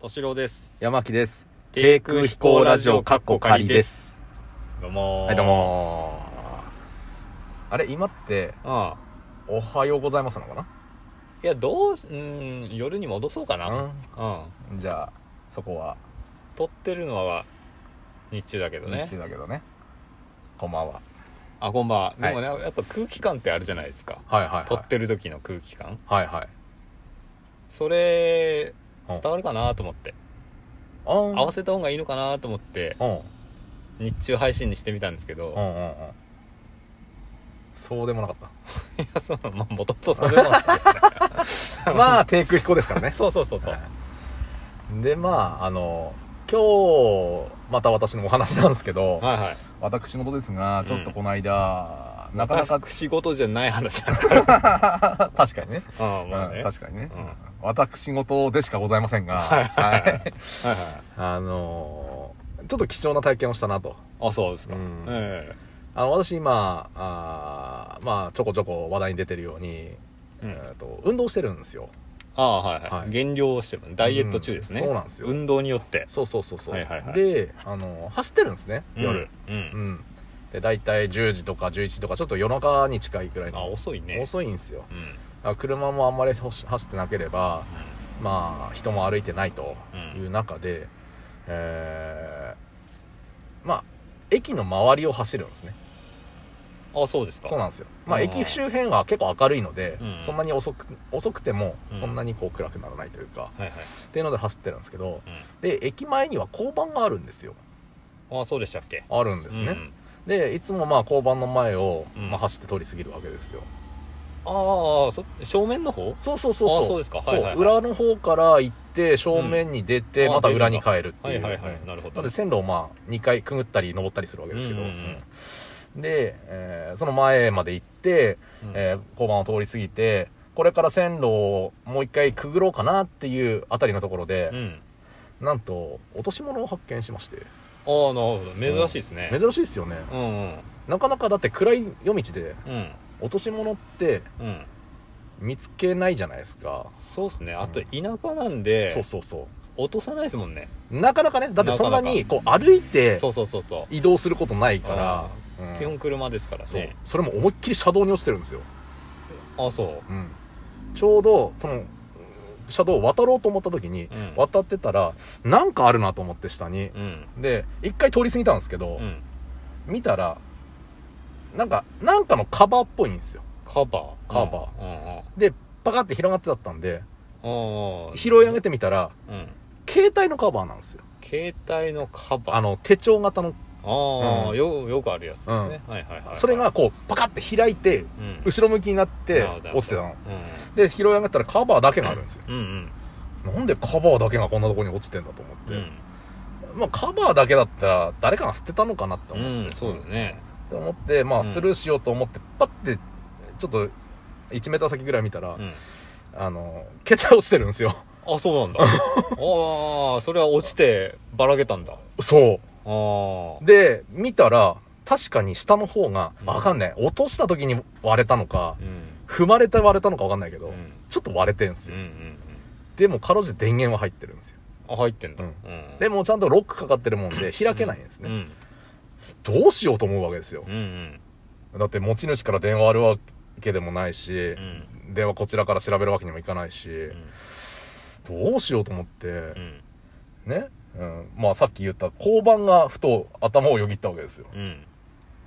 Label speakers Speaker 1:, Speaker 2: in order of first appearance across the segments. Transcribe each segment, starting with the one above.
Speaker 1: 敏郎です。
Speaker 2: 山木です。。
Speaker 1: 低空飛行ラジオかっこ仮ですどうもー
Speaker 2: はい、どう。もー。あれ、今って、
Speaker 1: ああ。
Speaker 2: おはようございますなのか
Speaker 1: いや、どうし、うーん、夜に戻そうかな。
Speaker 2: な
Speaker 1: うん。
Speaker 2: うん。じゃあ、そこは、
Speaker 1: 撮ってるのは、日中だけどね
Speaker 2: 日。中だけどね。こんばんは。
Speaker 1: あ、こんばんは。
Speaker 2: は
Speaker 1: で
Speaker 2: い
Speaker 1: もね、やっぱ空気感ってあるじゃないですか。
Speaker 2: はいは
Speaker 1: 撮ってる時の空気感。
Speaker 2: はいはい。
Speaker 1: それ、
Speaker 2: うん
Speaker 1: 伝わるかなと思って。
Speaker 2: あん。
Speaker 1: 合わせた方がいいのかなと思って、
Speaker 2: うん。うん
Speaker 1: 日中配信にしてみたんですけど、
Speaker 2: うんうん。そうでもなかっ
Speaker 1: いや、その、まあ、もともとそ れもなんですけどね
Speaker 2: た。まあ、低空飛行ですからね。
Speaker 1: そうそうそうそう。
Speaker 2: はいで、まあ、あの、今日、また私のお話なんですけど、
Speaker 1: はいはい。
Speaker 2: 私事ですが、ちょっとこの間、なかなか、
Speaker 1: 私事じゃない話だ
Speaker 2: 確かにね。
Speaker 1: ああ、まあね。
Speaker 2: うん確かにね、
Speaker 1: うん
Speaker 2: 私事でしかございませんが、
Speaker 1: はい
Speaker 2: はい
Speaker 1: はいはい。
Speaker 2: あのーちょっと貴重な体験をしたなと
Speaker 1: あ、そうですか。
Speaker 2: うん
Speaker 1: え
Speaker 2: あの私今あーまあちょこちょこ話題に出てるように、
Speaker 1: え
Speaker 2: えー、と運動してるんですよ
Speaker 1: ああ、はいはい。
Speaker 2: はい
Speaker 1: 減量をしてる。ダイエット中ですね。
Speaker 2: うんそうなんですよ
Speaker 1: 運動によって。
Speaker 2: そうそうそうそう、
Speaker 1: はいはいはい
Speaker 2: で、あのー走ってるんですね夜、。
Speaker 1: う
Speaker 2: うん
Speaker 1: ん。
Speaker 2: で大体10時とか11時とかちょっと夜中に近いくらい
Speaker 1: あ、
Speaker 2: の
Speaker 1: 遅いね。
Speaker 2: 遅いんですよ
Speaker 1: うん。
Speaker 2: だから車もあんまり走走ってなければまあ人も歩いてないという中で、えーまあ駅の周りを走るんですね
Speaker 1: うんあ、そうですか。
Speaker 2: そうなんですよまあ
Speaker 1: あー
Speaker 2: 駅周辺は結構明るいので、
Speaker 1: うん
Speaker 2: そんなに遅く遅くても
Speaker 1: うん
Speaker 2: そんなにこう暗くならないというか、
Speaker 1: はいはい。
Speaker 2: っていうので走ってるんですけど
Speaker 1: う
Speaker 2: で駅前には交番があるんですよ
Speaker 1: ん。あ、そうでしたっけ
Speaker 2: あるんですね、。でいつもまあ交番の前を、
Speaker 1: うん
Speaker 2: まあ、走って通り過ぎるわけですよ
Speaker 1: ああー、そ正面の方
Speaker 2: そうそうそう
Speaker 1: あ
Speaker 2: そう
Speaker 1: そうですかはいはいはい
Speaker 2: そう裏の方から行って正面に出て、
Speaker 1: うん
Speaker 2: また
Speaker 1: あ
Speaker 2: 裏に帰るって、
Speaker 1: はいいうはいは
Speaker 2: うん
Speaker 1: い。なるほ
Speaker 2: な
Speaker 1: ど。
Speaker 2: ので線路をまあ2回くぐったり登ったりするわけですけど、
Speaker 1: うんうん
Speaker 2: うんで、えーその前まで行って、
Speaker 1: うん
Speaker 2: えー交番を通り過ぎてこれから線路をもう1回くぐろうかなっていうあたりのところで
Speaker 1: う、ん。
Speaker 2: なんと落とし物を発見しまして
Speaker 1: ああ、なるほど。珍しいですね。
Speaker 2: 珍しいですよね、
Speaker 1: うんうん。
Speaker 2: なかなかだって暗い夜道で
Speaker 1: うん。
Speaker 2: 落とし物って
Speaker 1: うん。
Speaker 2: 見つけないじゃないですか、
Speaker 1: そうですね。あと、田舎なんで
Speaker 2: そう、そうそ
Speaker 1: 落とさないですもんね。
Speaker 2: うなかなかねだってそんなにこう歩いて
Speaker 1: そうそうそうそ
Speaker 2: 移動することないか
Speaker 1: あ
Speaker 2: ら、うん
Speaker 1: う。基本車ですから
Speaker 2: そう
Speaker 1: ね。
Speaker 2: それも思いっきり車道に落ちてるんですよ
Speaker 1: あ、そう。
Speaker 2: ちょうどその車道を渡ろうと思った時に、
Speaker 1: うん
Speaker 2: 渡ってたらなんかあるなと思って下に、
Speaker 1: うん。
Speaker 2: で一回通り過ぎたんですけど、
Speaker 1: うん。
Speaker 2: 見たらなんかなんかのカバーっぽいんですよ
Speaker 1: カバー
Speaker 2: カバ
Speaker 1: ーうん
Speaker 2: でパカって広がってだったんで
Speaker 1: うんうん
Speaker 2: 拾い上げてみたら
Speaker 1: うん
Speaker 2: 携帯のカバーなんですよ
Speaker 1: 携帯のカバー
Speaker 2: あの手帳型の、
Speaker 1: ああ、
Speaker 2: うん
Speaker 1: よよくあるやつですね、はいはいはいはい
Speaker 2: それが、こうパカって開いて
Speaker 1: うん、
Speaker 2: 後ろ向きになって
Speaker 1: あーだ
Speaker 2: 落ちてたの
Speaker 1: う
Speaker 2: で拾い上げたらカバーだけがあるんですよ
Speaker 1: んうん
Speaker 2: なんでカバーだけがこんなとこに落ちてんだと思っ
Speaker 1: う
Speaker 2: て、
Speaker 1: ん
Speaker 2: まあ、カバーだけだったら誰かが捨てたのかなって
Speaker 1: う
Speaker 2: 思
Speaker 1: ん、う
Speaker 2: って,、
Speaker 1: ん、そうだね
Speaker 2: って思って、ま
Speaker 1: う
Speaker 2: あ、
Speaker 1: ん
Speaker 2: スルーしようと思ってパッてちょっと1メーター先ぐらい見たら、
Speaker 1: うん
Speaker 2: あの携帯落ちてるんです よ
Speaker 1: あそうな んだああそれは落ちてばらけたんだあ
Speaker 2: そ
Speaker 1: あは
Speaker 2: うで見たら確かに下の方が
Speaker 1: うん
Speaker 2: わかんない落とした時に割れたのか
Speaker 1: うん
Speaker 2: 踏まれて割れたのかわかんないけど、
Speaker 1: うん
Speaker 2: ちょっと割れてんです
Speaker 1: うんう
Speaker 2: よ、
Speaker 1: ん
Speaker 2: でもかろうじて電源は入ってるんですよ
Speaker 1: あ入ってんだ、
Speaker 2: うん
Speaker 1: ん
Speaker 2: で
Speaker 1: も
Speaker 2: もちゃんとロックかかってるもんで開けないんですね、
Speaker 1: うん
Speaker 2: どうしようと思うわけですよ
Speaker 1: うんうん
Speaker 2: だって持ち主から電話あるわけでもないし、
Speaker 1: うん
Speaker 2: 電話こちらから調べるわけにもいかないし、
Speaker 1: うん
Speaker 2: どうしようと思って、
Speaker 1: うん
Speaker 2: ね、うん、まあさっき言った交番がふと頭をよぎったわけですよ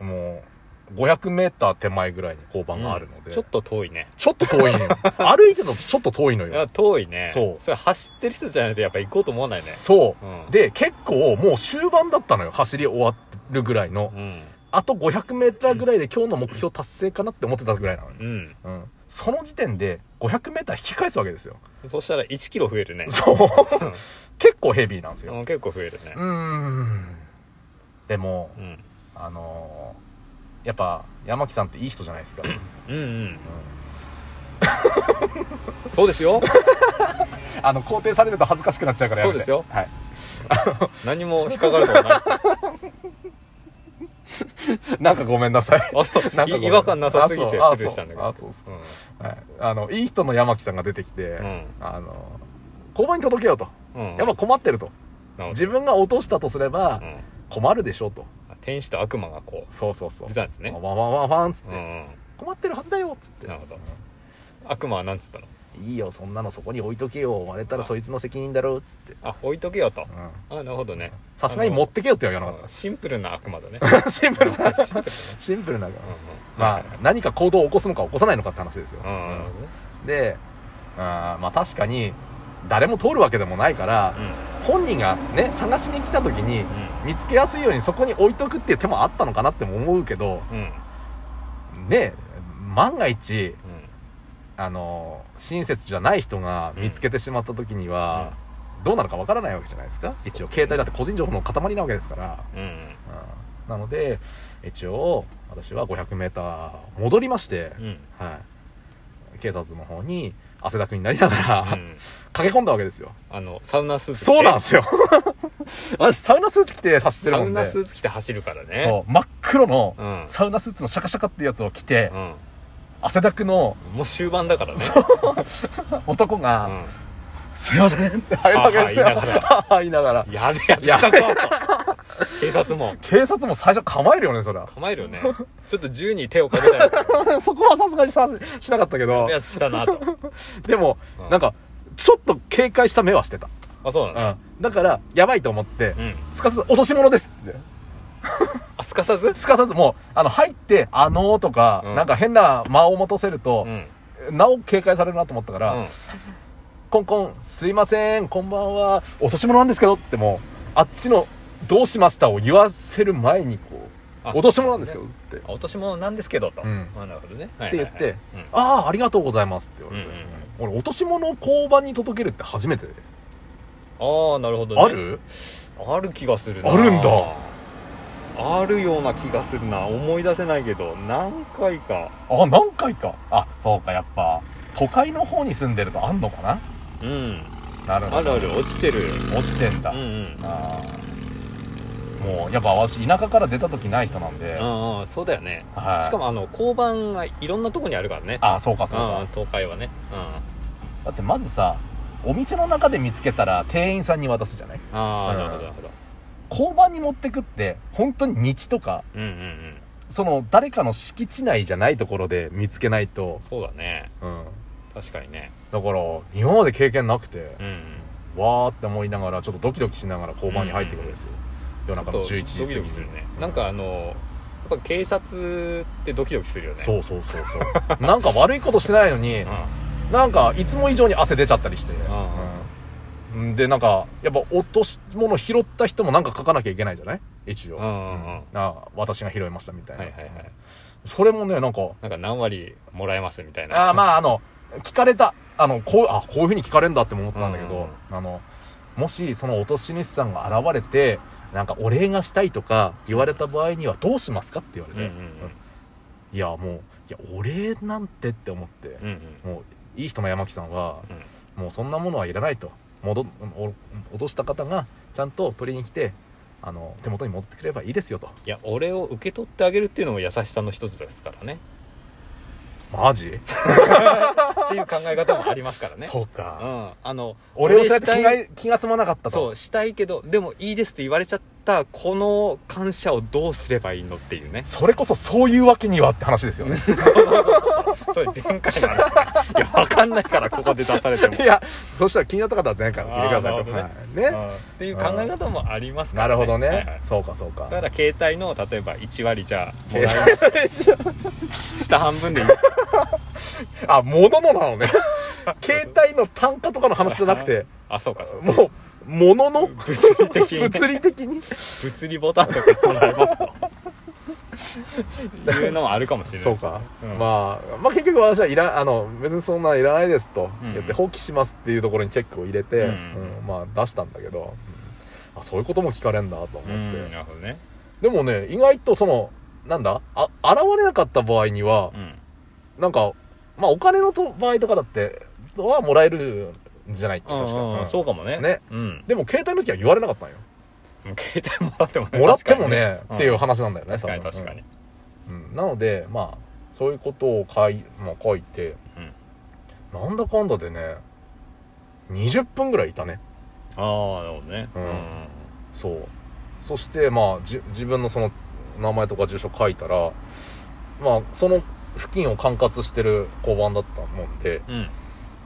Speaker 1: うん
Speaker 2: もう500メーター手前ぐらいに交番があるので、
Speaker 1: ちょっと遠いね
Speaker 2: ちょっと遠いのよ歩いてるのとちょっと遠いの
Speaker 1: いや
Speaker 2: よ
Speaker 1: 遠いね
Speaker 2: そう
Speaker 1: それ走ってる人じゃないとやっぱ行こうと思わないね
Speaker 2: そううんで結構もう終盤だったのよ走り終わるぐらいの
Speaker 1: うん
Speaker 2: あと500メーターぐらいで今日の目標達成かなって思ってたぐらいなのに、
Speaker 1: うん
Speaker 2: うん、その時点で500メーター引き返すわけですよ
Speaker 1: そしたら1キロ増えるね
Speaker 2: そう結構ヘビーなんですよ
Speaker 1: うん結構増えるね
Speaker 2: うーんでも、
Speaker 1: うん
Speaker 2: あのーやっぱ山木さんっていい人じゃない ですか、うん
Speaker 1: うんうんそうですよ
Speaker 2: あの肯定されると恥ずかしくなっちゃうからやめて
Speaker 1: そうですよ
Speaker 2: はい、
Speaker 1: 何も引っかかることない
Speaker 2: なんかごめんなさい、
Speaker 1: あそう
Speaker 2: なんかごめん
Speaker 1: 違和感なさすぎて
Speaker 2: あそう
Speaker 1: スルーしたんだけど
Speaker 2: あそうあそうはい、あのいい人の山木さんが出てきて、
Speaker 1: うん
Speaker 2: あのー交番に届けようと
Speaker 1: うん
Speaker 2: やっぱ困ってると
Speaker 1: なるほど
Speaker 2: 自分が落としたとすれば
Speaker 1: うん
Speaker 2: 困るでしょうと
Speaker 1: 天使と悪魔がこ
Speaker 2: そうそうそうう
Speaker 1: 出たんですね
Speaker 2: ワンワンワンワンワンっつっ
Speaker 1: うん
Speaker 2: て、
Speaker 1: うん
Speaker 2: 困ってるはずだよっつって
Speaker 1: なるほど悪魔はなんつったの
Speaker 2: いいよそんなのそこに置いとけよ割れたら
Speaker 1: あ
Speaker 2: そいつの責任だろうっつって
Speaker 1: あ置いとけよと
Speaker 2: うん
Speaker 1: あなるほどね
Speaker 2: さすがに持ってけよって言わなかっ
Speaker 1: シンプルな悪魔だね
Speaker 2: たシンプルな
Speaker 1: シンプルだね
Speaker 2: シンプルな
Speaker 1: うんうん
Speaker 2: まあ何か行動を起こすのか起こさないのかって話ですよ、
Speaker 1: うんなるほどね
Speaker 2: であーまあ確かに誰も通るわけでもないから
Speaker 1: うん
Speaker 2: 本人がね探しに来た時に見つけやすいようにそこに置いとくっていう手もあったのかなっても思うけど
Speaker 1: うんうん
Speaker 2: ね万が一
Speaker 1: うん
Speaker 2: あの親切じゃない人が見つけてしまった時には、どうなるかわからないわけじゃないですか一応携帯だって個人情報の塊なわけですから、
Speaker 1: うんうん
Speaker 2: うんなので一応私は 500m 戻りまして、
Speaker 1: うん
Speaker 2: はい、警察の方に汗だくになりながら、
Speaker 1: うん
Speaker 2: 駆け込んだわけですよ
Speaker 1: あのサウナスーツ着て
Speaker 2: そうなんですよ 私サウナスーツ着て走ってる
Speaker 1: サ
Speaker 2: も
Speaker 1: ウ
Speaker 2: ん
Speaker 1: ナ
Speaker 2: で
Speaker 1: スーツ着て走るからね
Speaker 2: そう真っ黒の
Speaker 1: うん
Speaker 2: サウナスーツのシャカシャカってやつを着て、
Speaker 1: うん
Speaker 2: 汗だくの
Speaker 1: もう終盤だからね
Speaker 2: 男
Speaker 1: う
Speaker 2: が
Speaker 1: ん
Speaker 2: 「すいません」って入るわけですよ
Speaker 1: はは言いな
Speaker 2: はは言い
Speaker 1: や
Speaker 2: ながら
Speaker 1: べえやつ来たぞと警察も
Speaker 2: 警察も最初構えるよねそりゃ
Speaker 1: 構えるよねちょっと銃に手をかけたらや
Speaker 2: そこはさすがにさしなかったけど
Speaker 1: べえやつ来たなと
Speaker 2: でも、
Speaker 1: う
Speaker 2: なんかちょっと警戒した目はしてた、
Speaker 1: あそうなの
Speaker 2: うんだからやばいと思って、
Speaker 1: うん
Speaker 2: すかさず落とし物ですって
Speaker 1: あすかさず
Speaker 2: すかさずもうあの入って「あのー」とか、
Speaker 1: うん
Speaker 2: なんか変な間を持たせると
Speaker 1: う、ん
Speaker 2: なお警戒されるなと思ったか
Speaker 1: う
Speaker 2: ら「
Speaker 1: ん
Speaker 2: コンコンすいませんこんばんは落とし物なんですけど」ってもうあっちの「どうしました」を言わせる前にこう「
Speaker 1: あ
Speaker 2: 落とし物なんですけど」っつって
Speaker 1: あ落とし物なんですけどと
Speaker 2: うん
Speaker 1: あなるほどねっ
Speaker 2: って言って「ああありがとうございます」って言われて、
Speaker 1: うんうん
Speaker 2: 俺落とし物を交番に届けるって初めてで
Speaker 1: ああなるほどね
Speaker 2: ある
Speaker 1: ある気がするな
Speaker 2: あるんだ
Speaker 1: あるような気がするな思い出せないけど何回か
Speaker 2: あ何回かあそうかやっぱ都会の方に住んでるとあんのかな
Speaker 1: うん
Speaker 2: なる
Speaker 1: あ
Speaker 2: ほど
Speaker 1: るある落ちてる
Speaker 2: 落ちてんだ、
Speaker 1: うんうん
Speaker 2: あーもうやっぱ私田舎から出た時ない人なんで、
Speaker 1: うんうんそうだよね
Speaker 2: はい
Speaker 1: しかもあの交番がいろんなとこにあるからね
Speaker 2: あーそうかそうか、
Speaker 1: うん東海はねうん
Speaker 2: だってまずさお店の中で見つけたら店員さんに渡すじゃない
Speaker 1: あ
Speaker 2: う
Speaker 1: あ
Speaker 2: ん
Speaker 1: なるほどなるほど
Speaker 2: 交番に持ってくって本当に道とか
Speaker 1: うんうんうん
Speaker 2: その誰かの敷地内じゃないところで見つけないと、
Speaker 1: そうだね
Speaker 2: うん、
Speaker 1: 確かにね
Speaker 2: だから今まで経験なくて
Speaker 1: うん
Speaker 2: わーって思いながらちょっとドキドキしながら交番に入ってくるんですよ、夜中
Speaker 1: ちょ
Speaker 2: の
Speaker 1: っと
Speaker 2: 11時
Speaker 1: ドキ
Speaker 2: 過ぎ
Speaker 1: ド
Speaker 2: に
Speaker 1: キするねなんかあのやっぱ警察ってドキドキするよね
Speaker 2: そうそうそうそうなんか悪いことしてないのに、
Speaker 1: うん
Speaker 2: なんかいつも以上に汗出ちゃったりして、
Speaker 1: う
Speaker 2: うんでなんかやっぱ落とし物拾った人もなんか書かなきゃいけないじゃない一応、
Speaker 1: うんうんうん
Speaker 2: あ私が拾いましたみたいな、
Speaker 1: はいはいはい
Speaker 2: それもねなんか
Speaker 1: なんか何割もらえますみたいな
Speaker 2: あーまああの聞かれたあのこうあこういうふうに聞かれるんだって思ったんだけど、あのもしその落とし主さんが現れてなんかお礼がしたいとか言われた場合にはどうしますかって言われ
Speaker 1: うんう
Speaker 2: て、
Speaker 1: ん
Speaker 2: いやもういやお礼なんてって思って、
Speaker 1: うんうん
Speaker 2: もういい人の山木さんは、もうそんなものはいらないと戻っお落とした方がちゃんと取りに来てあの手元に戻ってくればいいですよと
Speaker 1: いや俺を受け取ってあげるっていうのも優しさの一つですからね
Speaker 2: マジ、
Speaker 1: っていう考え方もありますからね
Speaker 2: そう
Speaker 1: う
Speaker 2: か
Speaker 1: んあの
Speaker 2: 俺をそうやって
Speaker 1: した
Speaker 2: 気
Speaker 1: い
Speaker 2: が気が済まなかったと
Speaker 1: そうしたいけどでもいいですって言われちゃったこの感謝をどうすればいいのっていう ね
Speaker 2: それこそそういうわけにはって話です よね
Speaker 1: それ前回の話ねいやわかんないからここで出されて も
Speaker 2: いやそしたら気になった方は前回の聞いてくださいと
Speaker 1: あーなる
Speaker 2: ね,、
Speaker 1: う
Speaker 2: はい、ね
Speaker 1: んっていう考え方もありますか
Speaker 2: な
Speaker 1: ら、
Speaker 2: る
Speaker 1: ね、
Speaker 2: ほどね、
Speaker 1: はいはい
Speaker 2: そうかそうか
Speaker 1: だから携帯の例えば1割じゃあもらえ
Speaker 2: 携帯 しよう
Speaker 1: 下半分でいい
Speaker 2: あ物のな のね携帯の単価とかの話じゃなくて
Speaker 1: あそうかそうか
Speaker 2: もう物の
Speaker 1: 物理的にね
Speaker 2: 物理的に
Speaker 1: 物理ボタンとかもらえますというのもあるかもしれない
Speaker 2: そうか、
Speaker 1: うん
Speaker 2: まあ、まあ結局私はいらあの別にそんなんいらないですと
Speaker 1: うん
Speaker 2: 言って放棄しますっていうところにチェックを入れて、
Speaker 1: うん
Speaker 2: うんまあ出したんだけど、あそういうことも聞かれんだと思って、
Speaker 1: うんなるほどね
Speaker 2: でもね意外とそのなんだあ現れなかった場合には
Speaker 1: う、ん
Speaker 2: なんかまあお金のと場合とかだってはもらえるんじゃないって確か、
Speaker 1: うんうん
Speaker 2: うん
Speaker 1: そうかもね
Speaker 2: ね
Speaker 1: うん
Speaker 2: でも携帯の時は言われなかったんよ
Speaker 1: 携帯もらってもね
Speaker 2: もらってもね
Speaker 1: 確かに
Speaker 2: っていううん話なんだよね
Speaker 1: 確かに
Speaker 2: 多分
Speaker 1: 確かに
Speaker 2: うん、なのでまあそういうことを書い,、まあ、書いて、なんだかんだでね20分ぐらいいたね
Speaker 1: ああなるほどね
Speaker 2: うんそうそしてまあじ自分のその名前とか住所書いたらまあその付近を管轄してる交番だったもんで
Speaker 1: うん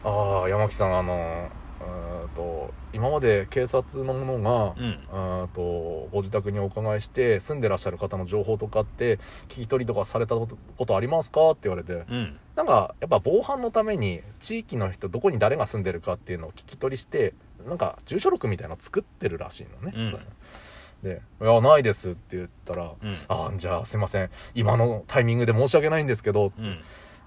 Speaker 2: ああ山木さんあのーうーんと今まで警察の者が
Speaker 1: う、ん
Speaker 2: うーんとご自宅にお伺いして住んでらっしゃる方の情報とかって聞き取りとかされたことことありますかって言われて
Speaker 1: うん
Speaker 2: なんかやっぱ防犯のために地域の人どこに誰が住んでるかっていうのを聞き取りしてなんか住所録みたいなの作ってるらしいのね、
Speaker 1: うん
Speaker 2: そういうので「いやないです」って言ったら「
Speaker 1: うん
Speaker 2: あじゃあすいません今のタイミングで申し訳ないんですけど、
Speaker 1: うん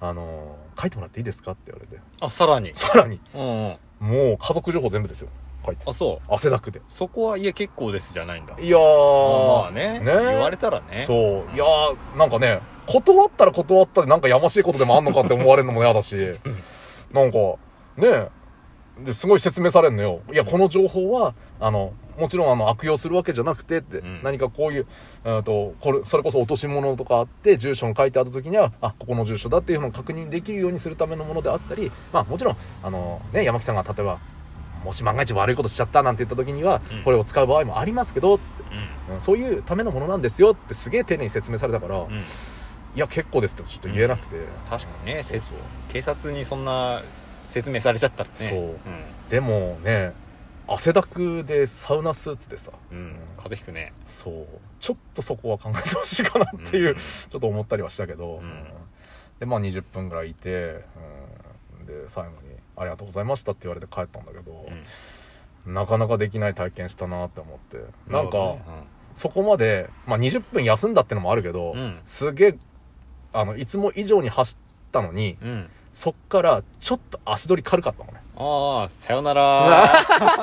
Speaker 2: あのー書いてもらっていいですか?」って言われて
Speaker 1: あさらに
Speaker 2: さらに
Speaker 1: うんうん
Speaker 2: もう家族情報全部ですよ書いて
Speaker 1: あそう
Speaker 2: 汗だくで
Speaker 1: そこはいや結構ですじゃないんだ
Speaker 2: いや
Speaker 1: まあ
Speaker 2: ー、
Speaker 1: まあね
Speaker 2: ね
Speaker 1: 言われたらね
Speaker 2: そういやーなんかね断ったら断ったでなんかやましいことでもあんのかって思われるのも嫌だしなんかねえですごい説明されんのよいやこの情報はあのもちろんあの悪用するわけじゃなくてって、
Speaker 1: うん
Speaker 2: 何かこういう、えー、とこれそれこそ落とし物とかあって住所に書いてあった時にはあここの住所だっていうのを確認できるようにするためのものであったりまあもちろんあの、ね、山木さんが例えばもし万が一悪いことしちゃったなんて言った時には、
Speaker 1: うん
Speaker 2: これを使う場合もありますけど
Speaker 1: う
Speaker 2: うんそういうためのものなんですよってすげえ丁寧に説明されたから、
Speaker 1: ん
Speaker 2: い
Speaker 1: うん
Speaker 2: や結構ですってちょっと言えなくて、
Speaker 1: 確かにね
Speaker 2: そ
Speaker 1: せ
Speaker 2: うそう
Speaker 1: 警察にそんな説明されちゃったらね
Speaker 2: そうでもね汗だくでサウナスーツでさ
Speaker 1: うん、うん、風邪ひくね
Speaker 2: そうちょっとそこは考えてほしいかなってい
Speaker 1: ん
Speaker 2: う、ちょっと思ったりはしたけど、
Speaker 1: うん
Speaker 2: でまあ20分ぐらいいて、うん、で最後に「ありがとうございました」って言われて帰ったんだけど、
Speaker 1: うん
Speaker 2: なかなかできない体験したなって思ってな
Speaker 1: るほ
Speaker 2: んか、
Speaker 1: どね
Speaker 2: そこまで、まあ、20分休んだってのもあるけど、
Speaker 1: うん
Speaker 2: すげえあのいつも以上に走ったのに
Speaker 1: うん、うん
Speaker 2: そっからちょっと足取り軽かったのね
Speaker 1: ああさよなら